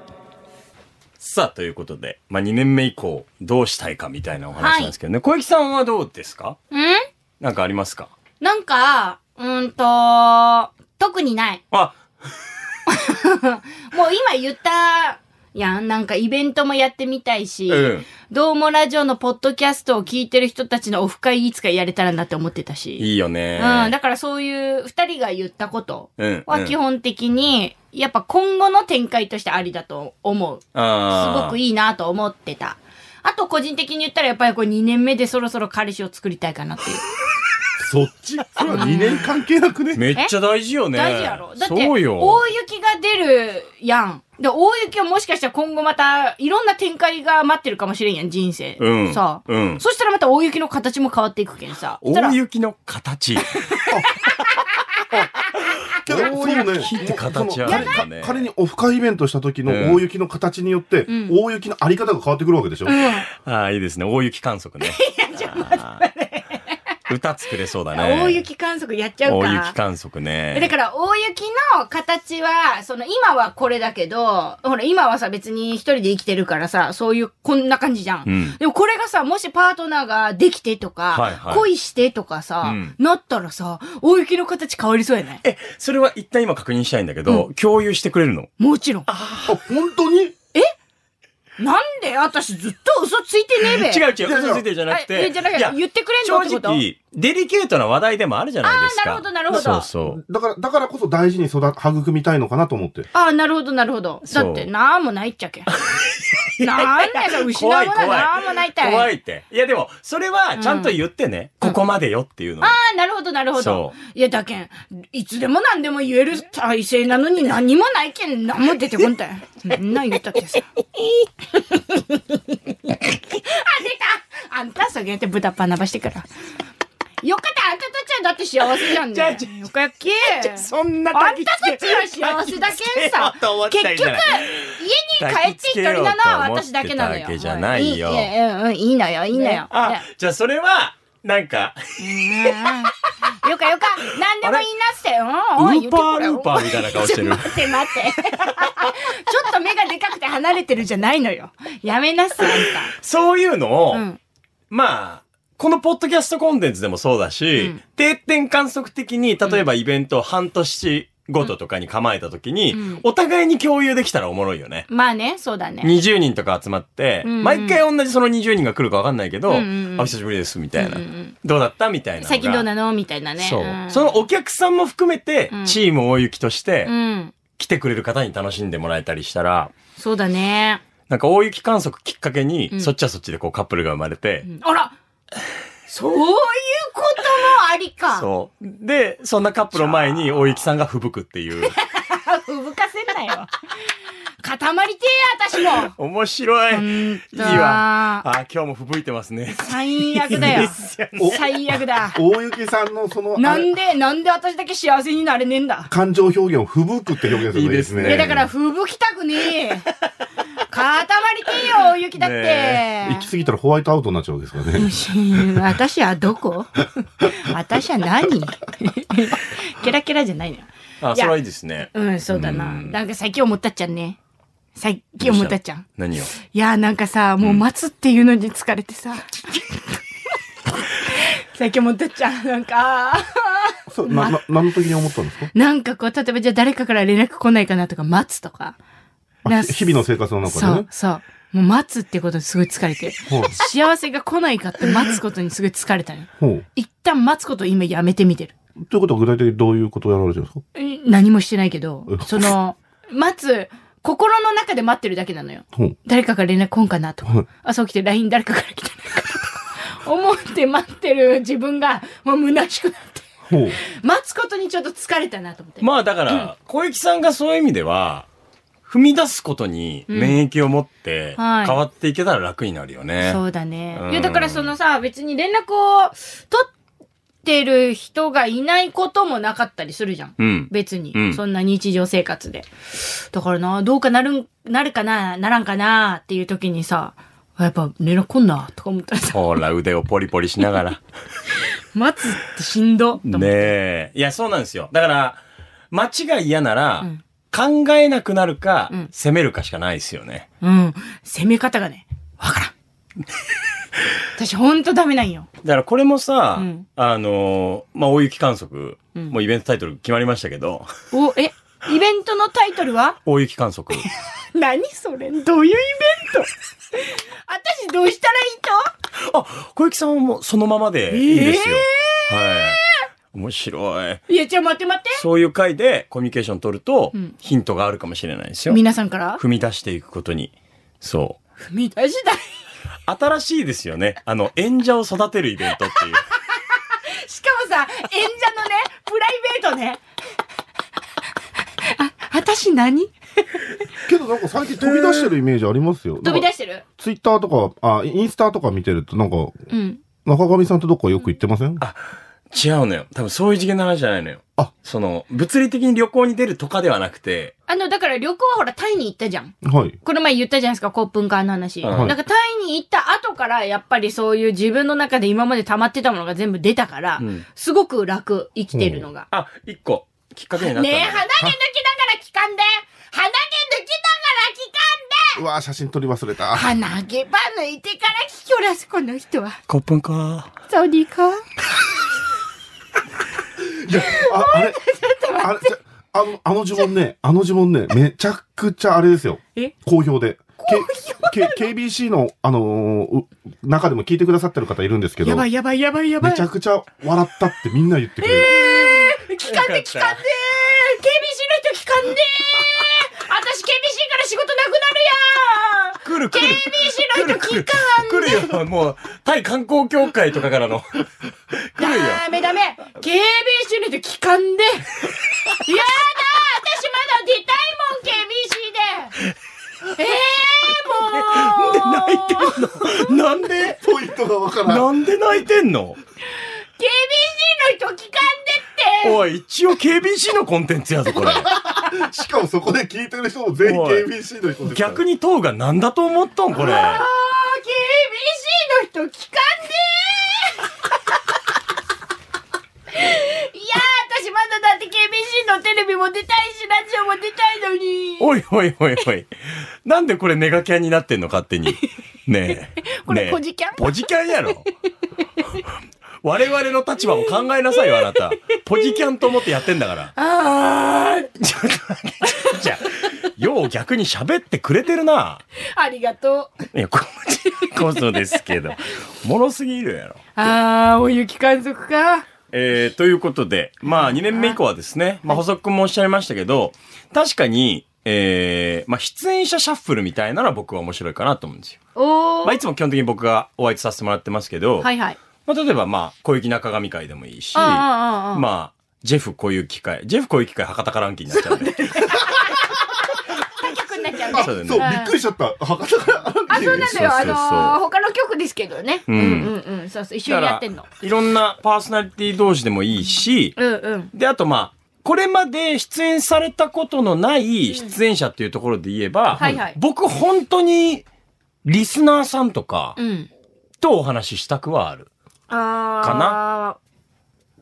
Speaker 2: さあ、ということで、まあ、2年目以降、どうしたいかみたいなお話なんですけどね。小雪さんはどうですか
Speaker 3: ん
Speaker 2: なんかありますか
Speaker 3: なんか、うーんと、特にない。
Speaker 2: あ、
Speaker 3: もう今言った、やん、なんかイベントもやってみたいし、
Speaker 2: うん。
Speaker 3: どうもラジオのポッドキャストを聞いてる人たちのオフ会いつかやれたらなって思ってたし。
Speaker 2: いいよね。
Speaker 3: うん、だからそういう二人が言ったこと
Speaker 2: うん
Speaker 3: は基本的に、やっぱ今後の展開としてありだと思う。す
Speaker 2: あー
Speaker 3: ごくいいなと思ってた。あと個人的に言ったらやっぱりこれ2年目でそろそろ彼氏を作りたいかなっていう。
Speaker 4: そっちそれは2年関係なくね。
Speaker 2: めっちゃ大事よね。
Speaker 3: 大事やろだって、
Speaker 2: そ
Speaker 3: 大
Speaker 2: う
Speaker 3: 雪
Speaker 2: よ。
Speaker 3: が出るやん。で、大雪はもしかしたら今後またいろんな展開が待ってるかもしれんやん、人生。
Speaker 2: うん。
Speaker 3: さあ、
Speaker 2: うん。
Speaker 3: そしたらまた大雪の形も変わっていくけんさ。そしたら
Speaker 2: 大雪の 形。
Speaker 4: けどそうね
Speaker 2: 大雪って形あるんだね
Speaker 4: その彼彼にオフ会イベントした時の
Speaker 2: うん
Speaker 4: 大雪の形によって、
Speaker 3: ん
Speaker 4: 大雪のあり方が変わってくるわけでしょ、
Speaker 2: ああ、いいですね。大雪観測 ね。あー歌作れそうだね。
Speaker 3: 大雪観測やっちゃう
Speaker 2: 大
Speaker 3: か
Speaker 2: 雪。観測
Speaker 3: えだ
Speaker 2: ね。
Speaker 3: から、大雪の形は、その、今はこれだけど、ほら、今はさ、別に一人で生きてるからさ、そういう、こんな感じじゃん。
Speaker 2: うん
Speaker 3: でも、これがさ、もしパートナーができてとか、
Speaker 2: はいはい
Speaker 3: 恋してとかさ、
Speaker 2: うん
Speaker 3: なったらさ、大雪の形変わりそうやない
Speaker 2: え、それは一旦今確認したいんだけど、共有してくれるの
Speaker 3: もちろん。
Speaker 4: あ、本当に
Speaker 3: なんで私ずっと嘘ついてねえべ。
Speaker 2: 違う違
Speaker 4: いや
Speaker 2: う、嘘ついてるじゃなく
Speaker 3: あい
Speaker 2: て。
Speaker 3: やじゃなくて
Speaker 2: いや
Speaker 3: 言ってくれんのって
Speaker 2: 正
Speaker 3: こと
Speaker 2: 直、デリケートな話題でもあるじゃないですか。
Speaker 3: あーなるほどなるほど
Speaker 2: そうそう。
Speaker 4: だから、だからこそ大事に育、育みたいのかなと思って。
Speaker 3: ああ、なるほど、なるほど。だ
Speaker 2: そう
Speaker 3: って、なんもないっ ちゃけ。なんだよ、失う
Speaker 2: 怖
Speaker 3: もの
Speaker 2: い怖
Speaker 3: はいなんもないったい。
Speaker 2: 怖いって。いやでも、それはちゃんと言ってね。ここまでよっていうのを。
Speaker 3: ああ、なるほど、なるほど
Speaker 2: そ。
Speaker 3: いや、だけん、いつでも何でも言える体制なのに何もないけん、何も出て こんたい。みんな言ったってさ。あ、出たげて豚パン伸ばしてから。よかった、あんたたちはだって幸せじゃん
Speaker 2: じゃあ
Speaker 3: ね
Speaker 2: じゃ。あ
Speaker 3: よかやっけ。
Speaker 2: そんな
Speaker 3: あ
Speaker 2: 焚
Speaker 3: ん
Speaker 2: き
Speaker 3: たた
Speaker 2: つ
Speaker 3: ち
Speaker 2: け
Speaker 3: は幸せだけんさ
Speaker 2: 焚きつけようと思っ。
Speaker 3: 結
Speaker 2: たん
Speaker 3: 局、
Speaker 2: じ
Speaker 3: 家
Speaker 2: ゃない
Speaker 3: に帰って一人なのは私だけなのよ。
Speaker 2: 焚きつけようと思ってたわけじゃないよ
Speaker 3: いいやうんいいのよ、いいのよ。
Speaker 2: あ、じゃあそれは、なんか、
Speaker 3: うんよかよか、何でも言いなして。うん、うん
Speaker 2: ウーパールーパーみたいな顔 してる
Speaker 3: ちょ待って待って。ちょっと目がでかくて離れてるじゃないのよ。やめなさい、あ
Speaker 2: そういうのを、
Speaker 3: んた。うん。
Speaker 2: まあ、このポッドキャストコンテンツでもそうだし、
Speaker 3: うん
Speaker 2: 定点観測的に、例えばイベントを半年ごととかに構えた時に、
Speaker 3: うん
Speaker 2: お互いに共有できたらおもろいよね。
Speaker 3: まあね、そうだね。
Speaker 2: 20人とか集まって、
Speaker 3: うんうん
Speaker 2: 毎回同じその20人が来るか分かんないけど、
Speaker 3: うんうんうん
Speaker 2: あ、久しぶりです、みたいな。
Speaker 3: うんうんうん
Speaker 2: どうだったみたいなのが。
Speaker 3: 最近どうなのみたいなね。
Speaker 2: そう、
Speaker 3: ん
Speaker 2: そのお客さんも含めて
Speaker 3: う、ん
Speaker 2: チーム大雪として、
Speaker 3: うん。
Speaker 2: 来てくれる方に楽しんでもらえたりしたら、
Speaker 3: そうだね。
Speaker 2: なんか大雪観測きっかけに、
Speaker 3: ん
Speaker 2: そっちはそっちでこうカップルが生まれて、
Speaker 3: あ らそういうこともありか。
Speaker 2: そう。で、そんなカップルを前に大雪さんが吹雪くっていう。
Speaker 3: ふぶかせんなよ。固まりてえや、私も。
Speaker 2: 面白い。いい
Speaker 3: だ
Speaker 2: わ。あ、今日も吹雪いてます ね。
Speaker 3: 最悪だよ。
Speaker 4: お
Speaker 3: 最悪だ。
Speaker 4: 大雪さんのその、あ
Speaker 3: な
Speaker 4: れ
Speaker 3: んで、なんで私だけ幸せになれねえんだ。
Speaker 4: 感情表現を吹雪くって表現するのいいです
Speaker 2: いい
Speaker 4: ね。
Speaker 2: ですね
Speaker 3: え、だから、吹雪きたくねえ。固まりてえよ、大雪だっ
Speaker 2: ね
Speaker 4: 行き
Speaker 3: て。
Speaker 4: 過ぎたらホワイトアウトになっちゃうんですかね。
Speaker 3: 私はどこ私は何ケラケラじゃないのよ。
Speaker 2: あ、
Speaker 3: いや
Speaker 2: それはいいですね。
Speaker 3: うん、そうだな。
Speaker 2: うん
Speaker 3: なんか最近思ったっちゃんね。最近思ったっちゃん。
Speaker 2: 何を
Speaker 3: いや、なんかさ、もう待つっていうのに疲れて さ。最近思ったっちゃん。なんか、あ
Speaker 4: そう、な、な、何の時に思ったんですか
Speaker 3: ーなんかこう、例えばじゃあ誰かから連絡来ないかなとか、待つとか。
Speaker 4: あ
Speaker 3: な
Speaker 4: ひ日々の生活の中で
Speaker 3: そ
Speaker 4: ね
Speaker 3: う、。そう。もう待つってことにすごい疲れてる。
Speaker 4: はい
Speaker 3: 幸せが来ないかって待つことにすごい疲れたのよ。
Speaker 4: ほう。
Speaker 3: 一旦待つことを今やめてみてる。
Speaker 4: ということは具体的にどういうことをやられてるんですか
Speaker 3: え何もしてないけど
Speaker 4: うん、
Speaker 3: その、待つ、心の中で待ってるだけなのよ。
Speaker 4: ほう。
Speaker 3: 誰かから連絡来んかなとか、
Speaker 4: はい
Speaker 3: 朝起きて LINE 誰かから来てないかなとか、思って待ってる自分がもう虚しくなって、
Speaker 4: ほう。
Speaker 3: 待つことにちょっと疲れたなと思って。
Speaker 2: まあだから、小雪さんがそういう意味では、踏み出すことに免疫を持って、
Speaker 3: うんはい
Speaker 2: 変わっていけたら楽になるよね。
Speaker 3: そうだね
Speaker 2: う。ん
Speaker 3: いや、だからそのさ、別に連絡を取ってる人がいないこともなかったりするじゃん。
Speaker 2: うん。
Speaker 3: 別に、
Speaker 2: うん
Speaker 3: そんな日常生活で。だからな、どうかなるん、なるかな、ならんかなっていう時にさ、あやっぱ連絡来んなとか思ったらさ、
Speaker 2: ほら、腕をポリポリしながら。
Speaker 3: 待つってしんどと思って。
Speaker 2: ねえ。いや、そうなんですよ。だから、街が嫌なら、
Speaker 3: ん
Speaker 2: 考えなくなるか、
Speaker 3: ん
Speaker 2: 攻めるかしかないですよね。
Speaker 3: うん。攻め方がね、わ からん。私ほんとダメなんよ。
Speaker 2: だからこれもさ、
Speaker 3: うん
Speaker 2: あのーまあ、大雪観測、
Speaker 3: うん
Speaker 2: もうイベントタイトル決まりましたけど、
Speaker 3: お、え、イベントのタイトルは
Speaker 2: 大雪観 測。
Speaker 3: 何それどういうイベント 私どうしたらい
Speaker 2: あ、小雪さんはもうそのままでいいですよ。はい。面白い。
Speaker 3: いといや、じゃあ待って待って。
Speaker 2: そういう回でコミュニケーション取ると、
Speaker 3: うん
Speaker 2: ヒントがあるかもしれないですよ。
Speaker 3: 皆さんから
Speaker 2: 踏み出していくことに。そ
Speaker 3: 踏み出しだ。
Speaker 2: う。新しいですよね。あの、演者を育てるイベントっていう。
Speaker 3: しかもさ、演者のね、プライベートね。あ、私何
Speaker 4: けどなんか最近飛び出してるイメージありますよ。
Speaker 3: 飛び出
Speaker 4: て
Speaker 3: してる
Speaker 4: ツイッターとか、あ、インスタとか見てるとなんか、
Speaker 3: うん。
Speaker 4: 中上さんとどっかよく行ってません
Speaker 2: 違うのよ。多分そういう次元の話じゃないのよ。
Speaker 4: あ
Speaker 2: その、物理的に旅行に出るとかではなくて、
Speaker 3: あの、だから旅行はほら、タイに行ったじゃん。
Speaker 4: はい。
Speaker 3: この前言ったじゃないですか、コープンカーの話。
Speaker 2: はい
Speaker 3: なんかタイに行った後から、やっぱりそういう自分の中で今まで溜まってたものが全部出たから、
Speaker 2: うん
Speaker 3: すごく楽、生きてるのが。
Speaker 2: あ、一個、きっかけになったんだ
Speaker 3: ねえ、鼻毛抜きながら聞かんで鼻毛抜き
Speaker 4: うわー写真撮り忘れた。
Speaker 3: ながら聞かんで鼻毛ば抜いてから聞きょらす、この人は。
Speaker 2: コップンか。
Speaker 3: サウディーか
Speaker 4: いや、あ、あれ、あれ、じゃあの、あの呪文ね、あの呪文ね、めちゃくちゃあれですよ。
Speaker 3: え
Speaker 4: 好評で。K、K、KBC の、あのーう中でも聞いてくださってる方いるんですけど、
Speaker 3: やば
Speaker 4: め
Speaker 3: いやばいやばいやばい。
Speaker 4: ちゃくちゃ笑ったってみんな言ってくれる。
Speaker 3: 聞か
Speaker 2: よかった
Speaker 3: んで聞かんで KBC の人聞かんで私 KBC から仕事なくなるやん
Speaker 2: 来る来る。
Speaker 3: KBC の人聞かん
Speaker 2: 来るよ。もう、タイ観光協会とかからの。来るよ。
Speaker 3: ダメダメ !KBC の人聞か んでやだ私ま だ出たいもん !KBC でええー、もう
Speaker 2: 泣いてんのなんで
Speaker 4: ポイントがわからん。
Speaker 2: なんで泣いてんの
Speaker 3: KBC の人聞かんでって
Speaker 2: おい、一応 KBC のコンテンツやぞ、 これ。
Speaker 4: しかもそこで聞いてる人も全員
Speaker 2: おい
Speaker 4: KBC の人ですから
Speaker 2: 逆に党が何だと思っとん、これ。
Speaker 3: あー KBC の人聞かんで ーいやー私まだだって KBC のテレビも出たいしラジオも出たいのに
Speaker 2: おいおいおいおい。なんでこれネガキャンになってんの、勝手に。ねえ。
Speaker 3: これ
Speaker 2: ねえ
Speaker 3: ポジキャン
Speaker 2: ポジキャンやろ。 我々の立場を考えなさいよ、あなた。ポジキャンと思ってやってんだから。
Speaker 3: あー
Speaker 2: ちょっと待ってじゃあ、よう逆に喋ってくれてるな。
Speaker 3: ありがとう
Speaker 2: いや、こっちこそですけど。もろすぎるやろ。
Speaker 3: あーお雪観測か
Speaker 2: えーということで、まあ、2年目以降はですね、まあ、補足もおっしゃいましたけど、確かに、えーまあ、出演者シャッフルみたいなのは僕は面白いかなと思うんですよ。
Speaker 3: おー、
Speaker 2: まあ、いつも基本的に僕がお相手させてもらってますけど、
Speaker 3: はいはい
Speaker 2: まあ、例えば、まあ、小雪中神会でもいいし、
Speaker 3: あーあーあー
Speaker 2: まあ、ジェフ小雪会、ジェフ小雪会博多からんきになっちゃうんで。
Speaker 3: 高くなっちゃう
Speaker 4: あ
Speaker 3: ね
Speaker 2: そ
Speaker 4: そうう
Speaker 2: だね
Speaker 4: びっくりしちゃった。博多から。
Speaker 3: あそうなんだよ
Speaker 2: そうそうそう
Speaker 3: あのー他の局ですけどね、
Speaker 2: う
Speaker 3: うんん、うんうんそうそう一緒にやってんの
Speaker 2: だからいろんなパーソナリティ同士でもいいし、
Speaker 3: うんうん
Speaker 2: で、あとまあ、これまで出演されたことのない出演者っていうところで言えば、
Speaker 3: はいはい
Speaker 2: 僕本当にリスナーさんとか
Speaker 3: うん
Speaker 2: とお話ししたくはある。
Speaker 3: あー
Speaker 2: か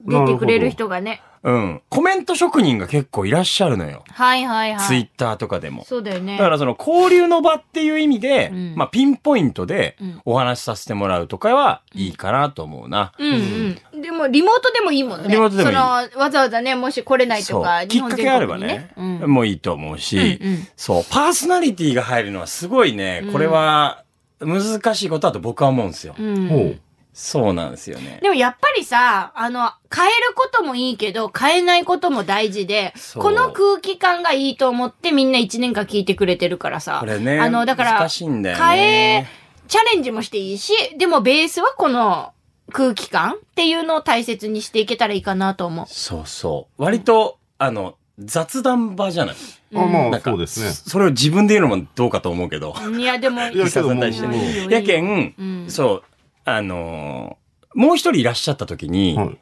Speaker 4: な
Speaker 3: 出てくれる
Speaker 4: るほど
Speaker 3: 人がね
Speaker 2: うん。コメント職人が結構いらっしゃるのよ。
Speaker 3: はいはいはい
Speaker 2: ツイッターとかでも。
Speaker 3: そうだよね
Speaker 2: だからその交流の場っていう意味で、
Speaker 3: うん
Speaker 2: まあピンポイントで
Speaker 3: うん
Speaker 2: お話しさせてもらうとかはいいかなと思うな。
Speaker 3: うんうん。でも、リモートでもいいもんね。
Speaker 2: リモートでもいい
Speaker 3: その、わざわざね、もし来れないとか、
Speaker 2: き
Speaker 3: 日
Speaker 2: っ
Speaker 3: 本
Speaker 2: か
Speaker 3: 全
Speaker 2: け
Speaker 3: 国
Speaker 2: あれば
Speaker 3: に
Speaker 2: ね、
Speaker 3: うん。
Speaker 2: もういいと思うし、
Speaker 3: うんうん
Speaker 2: そう、パーソナリティが入るのはすごいね、これは難しいことだと僕は思うんですよ。
Speaker 3: うん
Speaker 4: ほう。
Speaker 2: そうなんですよね。
Speaker 3: でもやっぱりさ、あの、変えることもいいけど、変えないことも大事で、
Speaker 2: そう
Speaker 3: この空気感がいいと思ってみんな1年間聞いてくれてるからさ。
Speaker 2: これね、
Speaker 3: あの、だから、
Speaker 2: 難しいんだよね。
Speaker 3: 変え、チャレンジもしていいし、でもベースはこの空気感っていうのを大切にしていけたらいいかなと思う。
Speaker 2: そうそう。割と、あの、雑談場じゃない。
Speaker 4: あ、ま
Speaker 2: な
Speaker 4: あ、
Speaker 2: んか
Speaker 4: そうですね。
Speaker 2: それを自分で言うのもどうかと思うけど。
Speaker 3: いや、でも、
Speaker 4: いや、けども
Speaker 2: リ
Speaker 4: う、
Speaker 2: サさん
Speaker 4: も
Speaker 2: に
Speaker 4: う
Speaker 3: 対してね
Speaker 2: やけん、
Speaker 3: うん
Speaker 2: そう、あのーもう一人いらっしゃった時に、
Speaker 4: はい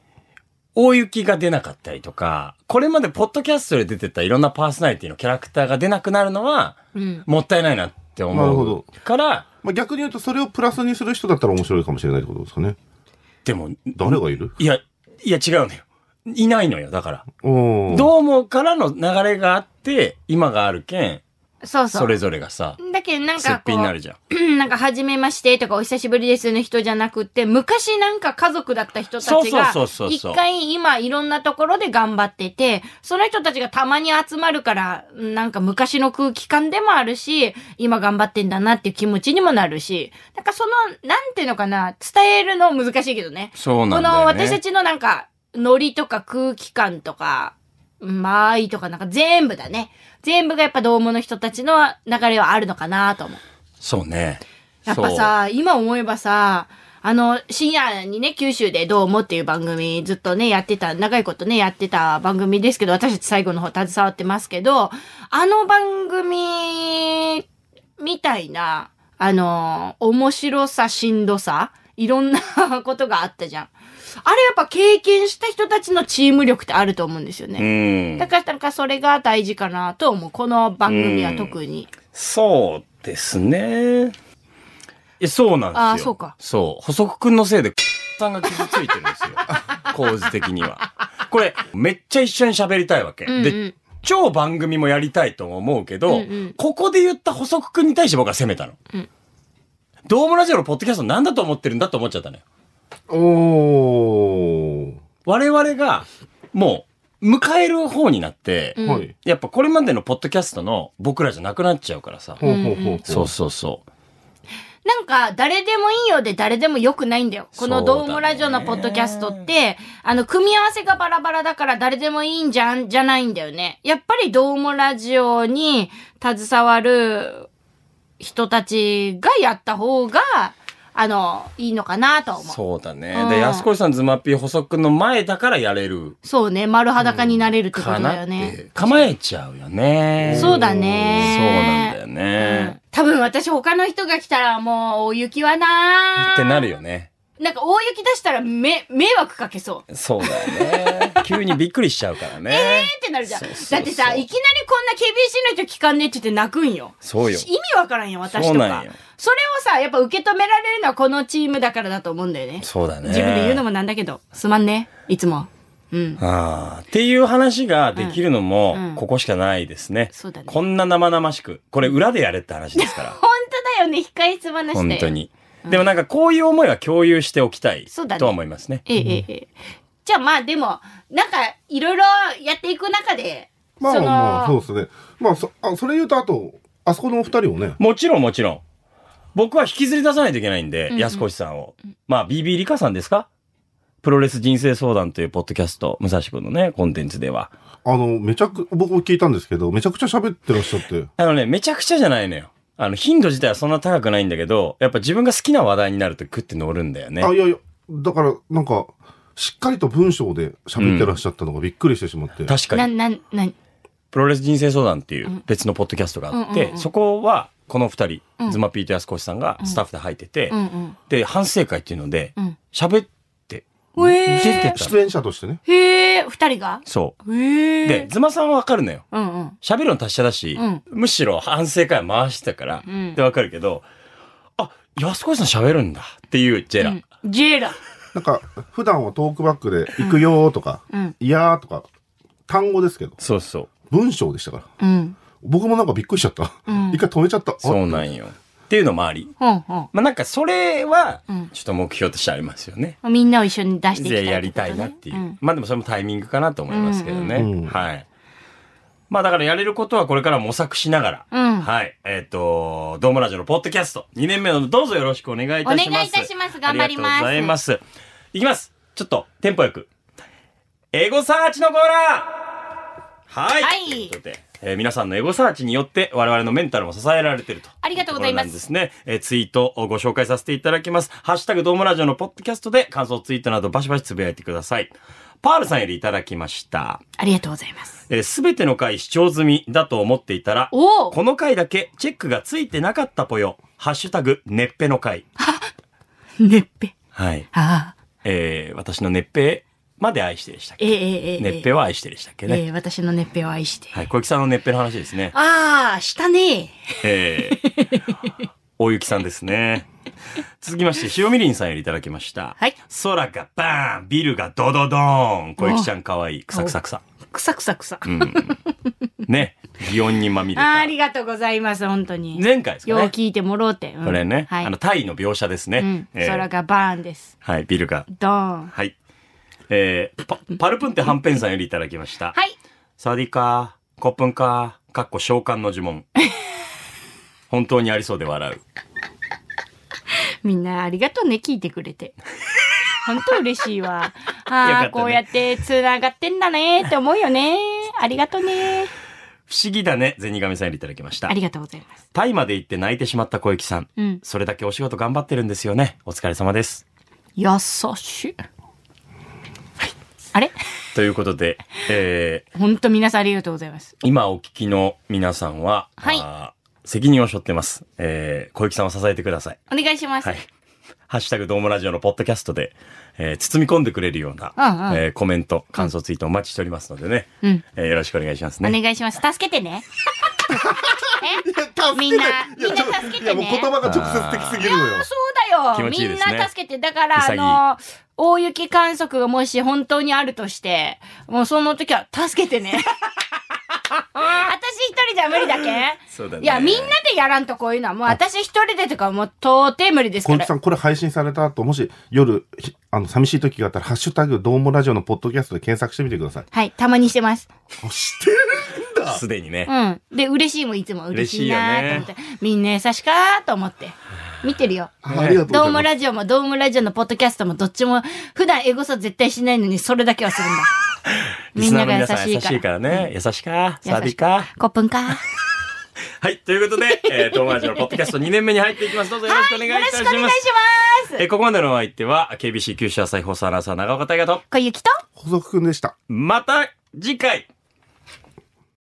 Speaker 2: 大雪が出なかったりとか、これまでポッドキャストで出てたいろんなパーソナリティのキャラクターが出なくなるのは、
Speaker 3: うん。
Speaker 2: もったいないなって
Speaker 4: なるほ
Speaker 2: 思
Speaker 4: ど
Speaker 2: うから、
Speaker 4: まあ、逆に言うと、それをプラスにする人だったら面白いかもしれないってことですかね。
Speaker 2: でも、
Speaker 4: 誰がいる
Speaker 2: いや、いや違うのよ。いないのよ、だから。
Speaker 4: おー
Speaker 2: どうもからの流れがあって、今があるけん、
Speaker 3: そうそう。
Speaker 2: それぞれがさ、
Speaker 3: だけどなん
Speaker 2: すっ
Speaker 3: か
Speaker 2: ぴ
Speaker 3: こ
Speaker 2: んになる
Speaker 3: う、
Speaker 2: じゃん。
Speaker 3: なんか、はじめましてとか、お久しぶりですの人じゃなくって、昔なんか家族だった人たちが
Speaker 2: そうそうそうそう、そう
Speaker 3: 一回今いろんなところで頑張ってて、その人たちがたまに集まるから、なんか昔の空気感でもあるし、今頑張ってんだなっていう気持ちにもなるし、なんかその、なんていうのかな、伝えるの難しいけどね。
Speaker 2: そうな
Speaker 3: こ
Speaker 2: んだ
Speaker 3: の
Speaker 2: よ、ね。
Speaker 3: 私たちのなんか、ノリとか空気感とか、間合いとかなんか全部だね。全部がやっぱどうもの人たちの流れはあるのかなと思う。
Speaker 2: そうね。
Speaker 3: やっぱさ、今思えばさ、あの、深夜にね、九州でどうもっていう番組ずっとね、やってた、長いことね、やってた番組ですけど、私たち最後の方携わってますけど、あの番組みたいな、あの、面白さ、しんどさ、いろんなことがあったじゃん。あれやっぱ経験した人たちのチーム力ってあると思うんですよ
Speaker 2: そう。う
Speaker 3: ね。
Speaker 2: ん
Speaker 3: だ。からなんかそれが大事かなと思う。この番組は特に。
Speaker 2: そうですね。え、そうなんですよ。
Speaker 3: あーそうか
Speaker 2: そう。補足くんのせいで、 さんが傷ついてるんですよ。 構図的には。これ、めっちゃ一緒に喋りたいわけ。
Speaker 3: うんうん
Speaker 2: で、超番組もやりたいとも思うけど、
Speaker 3: うんうん
Speaker 2: ここで言った補足くんに対して僕は責めたの。
Speaker 3: うん
Speaker 2: どうもラジオのポッドキャストなんだと思ってるんだと思っちゃったのよ。
Speaker 4: おー
Speaker 2: 我々が、もう、迎える方になって、
Speaker 3: うん
Speaker 4: はい。
Speaker 2: やっぱこれまでのポッドキャストの僕らじゃなくなっちゃうからさ。
Speaker 4: ほうほうほう。
Speaker 2: そうそうそう。
Speaker 3: なんか、誰でもいいようで誰でも良くないんだよ。この
Speaker 2: そうだね
Speaker 3: ドームラジオのポッドキャストって、あの、組み合わせがバラバラだから誰でもいいんじゃん、じゃないんだよね。やっぱりドームラジオに携わる人たちがやった方が、あの、いいのかなとは思う。
Speaker 2: そうだね
Speaker 3: う。ん
Speaker 2: で、安越さん、ズマピー補足の前だからやれる
Speaker 3: そうね、丸裸になれるってこ
Speaker 2: か
Speaker 3: とだ
Speaker 2: な
Speaker 3: よ
Speaker 2: っ
Speaker 3: ね。
Speaker 2: て。構えちゃうよね。
Speaker 3: そうだ
Speaker 2: そうな
Speaker 3: ね。
Speaker 2: んだよ
Speaker 3: うん
Speaker 2: ね。
Speaker 3: 多分私他の人が来たらもう、大雪はなー
Speaker 2: ってなるよね。
Speaker 3: なんか大雪出したらめ、迷惑かけそう。
Speaker 2: そうだよね。 急にびっくりしちゃうからね。
Speaker 3: ってなるじゃん。
Speaker 2: そ
Speaker 3: だ
Speaker 2: う
Speaker 3: っ
Speaker 2: そう
Speaker 3: て
Speaker 2: そ
Speaker 3: さ、
Speaker 2: う
Speaker 3: いきなりこんな KBC の人聞かんねえって言って泣くんよ。
Speaker 2: そう
Speaker 3: 意
Speaker 2: よ。
Speaker 3: 味わからんよ、私
Speaker 2: そう
Speaker 3: と
Speaker 2: な
Speaker 3: か
Speaker 2: んよ。
Speaker 3: それをさ、やっぱ受け止められるのはこのチームだからだと思うんだよね。
Speaker 2: そうだね。
Speaker 3: 自分で言うのもなんだけど、すまんね、いつも。うん。
Speaker 2: ああ、っていう話ができるのも
Speaker 3: うんう、ん
Speaker 2: ここしかないですね。
Speaker 3: そうだね
Speaker 2: こんな生々しく。これ裏でやれって話ですから。
Speaker 3: 本当だよね、控え室話だよ。
Speaker 2: 本当。に。でもなんかこういう思いは共有しておきたい
Speaker 3: そうだね
Speaker 2: とは思いますね。
Speaker 3: ええええええ。じゃあまあでも、なんか、いろいろやっていく中で、
Speaker 4: まあ
Speaker 3: その
Speaker 4: まあ、そうですね。まあ、そ、あそれ言うと、あと、あそこのお二人をね、
Speaker 2: もちろんもちろん。僕は引きずり出さないといけないんで、安越さんを。まあ、BB リカさんですかプロレス人生相談というポッドキャスト、武蔵君のね、コンテンツでは。
Speaker 4: あの、めちゃく、僕も聞いたんですけど、めちゃくちゃ喋ってらっしゃって。
Speaker 2: あのね、めちゃくちゃじゃないのよ。あの、頻度自体はそんな高くないんだけど、やっぱ自分が好きな話題になるとグッて乗るんだよね。
Speaker 4: あ、いやいや、だから、なんか、しっかりと文章で喋ってらっしゃったのがびっくりしてしまって。
Speaker 2: 確か
Speaker 3: な、
Speaker 2: に。
Speaker 3: な、な、
Speaker 2: プロレス人生相談っていう別のポッドキャストがあって、
Speaker 3: うんうんうん
Speaker 2: そこは、この二人、
Speaker 3: うん
Speaker 2: ズマピーと安越さんがスタッフで入ってて、
Speaker 3: うんうん。
Speaker 2: で、反省会っていうので
Speaker 3: うん、
Speaker 2: 喋って、
Speaker 3: うえ
Speaker 2: 出
Speaker 3: ー
Speaker 2: てたの
Speaker 4: 出演者としてね。
Speaker 3: へえ、二人が
Speaker 2: そ
Speaker 3: へ
Speaker 2: う。で、、
Speaker 3: え。
Speaker 2: ズマさんはわかるのよ。
Speaker 3: うんうん。
Speaker 2: 喋るの達者だし、
Speaker 3: うん
Speaker 2: むしろ反省会回してたから、
Speaker 3: うん
Speaker 2: ってわかるけど、あ、安越さん喋るんだっていうジェラ。
Speaker 3: うんジェラ。
Speaker 4: なんか、普段はトークバックで、行くよーとか、
Speaker 3: うん。
Speaker 4: いやーとか、単語ですけど、
Speaker 2: そうそう。
Speaker 4: 文章でしたから。
Speaker 3: うん。
Speaker 4: 僕もなんかびっくりしちゃった。
Speaker 3: ん
Speaker 4: 一回止めちゃった。あ
Speaker 2: そうなんよ。っていうのもあり。
Speaker 3: ほんほん。
Speaker 2: まあなんかそれは
Speaker 3: うん、
Speaker 2: ちょっと目標としてありますよね。
Speaker 3: みんなを一緒に出していきたい、
Speaker 2: ぜやりたいなっていう。
Speaker 3: ん
Speaker 2: まあでもそれもタイミングかなと思いますけどね。
Speaker 4: うんうんうん
Speaker 2: はい。まあだからやれることはこれから模索しながら、
Speaker 3: うん
Speaker 2: はい。えっ、と、ドームラジオのポッドキャスト、2年目のどうぞよろしくお願いいたします。
Speaker 5: お願いいたします頑張ります
Speaker 2: ありがとうございます。いきます。ちょっと、テンポよく。エゴサーチのコーナーはい。
Speaker 3: はい
Speaker 2: ということで、えー皆さんのエゴサーチによって我々のメンタルも支えられてると。
Speaker 3: ありがとうございます
Speaker 2: ところなんですね。えーツイートをご紹介させていただきます。ハッシュタグドームラジオのポッドキャストで感想ツイートなどバシバシつぶやいてください。パールさんよりいただきました。
Speaker 3: ありがとうございます。
Speaker 2: えー、全ての回視聴済みだと思っていたら、
Speaker 3: おお
Speaker 2: この回だけチェックがついてなかったぽよ。ハッシュタグ、ねっぺの回。
Speaker 3: ねっぺ。
Speaker 2: はい。
Speaker 3: ああ。
Speaker 2: えー、私のねっぺまで愛してでしたっ
Speaker 3: え
Speaker 2: け
Speaker 3: えええええ。
Speaker 2: ねっぺは愛してでしたっけね。
Speaker 3: ええ私のねっぺを愛して。
Speaker 2: はい、小雪さんのねっぺの話ですね。
Speaker 3: ああ、したね。
Speaker 2: えー大雪さんですね。続きまして、塩みりんさんよりいただきました。
Speaker 3: はい
Speaker 2: 空がバーンビルがドドドーン小雪ちゃんかわいい。くさくさくさ。
Speaker 3: くさくさくさ。
Speaker 2: うん。ね。擬音にまみれ
Speaker 3: あー
Speaker 2: た
Speaker 3: あ。りがとうございます、本当に。
Speaker 2: 前回です
Speaker 3: よう
Speaker 2: かね。
Speaker 3: 聞いてもろうて。うん
Speaker 2: これね。
Speaker 3: はい。
Speaker 2: あの、タイの描写ですね。
Speaker 3: うん、
Speaker 2: えー
Speaker 3: 空がバーンです。
Speaker 2: はい、ビルが。
Speaker 3: ドーン。
Speaker 2: はい。えーパ、パルプンってはんぺんさんよりいただきました。
Speaker 3: はい。
Speaker 2: サワディーカー、コップンカー、かっこ召喚の呪 文。本当にありそうで笑う。
Speaker 3: みんなありがとうね、聞いてくれて。本当嬉しいわ。
Speaker 2: よか
Speaker 3: あ
Speaker 2: っ
Speaker 3: あ、
Speaker 2: たね
Speaker 3: こうやって繋がってんだねって思うよね。ありがとうね。
Speaker 2: 不思議だね、ゼニガメさんよりいただきました
Speaker 3: あ。りがとうございます。
Speaker 2: タイまで行って泣いてしまった小雪さん。
Speaker 3: うん。
Speaker 2: それだけお仕事頑張ってるんですよね。お疲れ様です。
Speaker 3: 優しい。あれ
Speaker 2: ということで、え
Speaker 3: 本当皆さんありがとうございます。
Speaker 2: ー、今お聞きの皆さんは、
Speaker 3: はい
Speaker 2: あー責任を背負ってます。えー、小雪さんを支えてください。
Speaker 3: お願いします。
Speaker 2: はい。 ハッシュタグドームラジオのポッドキャストで、えー包み込んでくれるような、
Speaker 3: うんうん
Speaker 2: えーコメント、感想ツイートお待ちしておりますのでね、
Speaker 3: うん
Speaker 2: えーよろしくお願いします
Speaker 3: お
Speaker 2: ね。
Speaker 3: 願いします。助けて ね。えみんな、みんな助け
Speaker 4: い
Speaker 3: て
Speaker 4: や、もう
Speaker 3: ね。
Speaker 4: 言葉が直接的すぎるのよ。
Speaker 3: そうだ
Speaker 2: 気
Speaker 3: よ。
Speaker 2: 持ちいい
Speaker 3: み
Speaker 2: で
Speaker 3: ん
Speaker 2: すね
Speaker 3: な助けて。だから、あ
Speaker 2: 潔い
Speaker 3: の、大雪観測がもし本当にあるとして、もうその時は助け てね。私一人じゃ無理だけ
Speaker 2: そうだね
Speaker 3: いや、みんなでやらんとこういうのは、もう私一人でとかもう到底無理ですか
Speaker 4: 小雪
Speaker 3: ら
Speaker 4: さ。ん、これ配信された後、もし夜、ひあの、寂しい時があったら、ハッシュタグ、どうもラジオのポッドキャストで検索してみてください。
Speaker 3: はい、たまにしてます。
Speaker 2: すでにね。
Speaker 3: うん。で、嬉しいもいつも嬉しいなーと思って、みんな優しかーと思って、見てるよ。
Speaker 4: あありがとうご
Speaker 3: ド
Speaker 4: ざ
Speaker 3: ー
Speaker 4: い
Speaker 3: ム
Speaker 4: ます。
Speaker 3: ラジオもドームラジオのポッドキャストもどっちも普段エゴサ絶対しないのにそれだけはするんだ。
Speaker 2: リ
Speaker 3: み
Speaker 2: ス
Speaker 3: ん
Speaker 2: ナー
Speaker 3: な
Speaker 2: の皆
Speaker 3: が優
Speaker 2: さん
Speaker 3: し
Speaker 2: 優
Speaker 3: いか
Speaker 2: しい
Speaker 3: ら。
Speaker 2: からね。優しか、サービ
Speaker 3: 優
Speaker 2: か。
Speaker 3: コップンか。
Speaker 2: はい、ということで、えー、友達のポッドキャスト2年目に入っていきます。どうぞよろしくお願いい
Speaker 5: よろ
Speaker 2: た
Speaker 5: し
Speaker 2: し
Speaker 5: くお
Speaker 2: ます。
Speaker 5: 願いします。
Speaker 2: えーここまでのお相手は、KBC 九州朝日放送アナウンサー長岡大和と、
Speaker 5: 小雪と
Speaker 4: 補足くんでした。
Speaker 2: また次回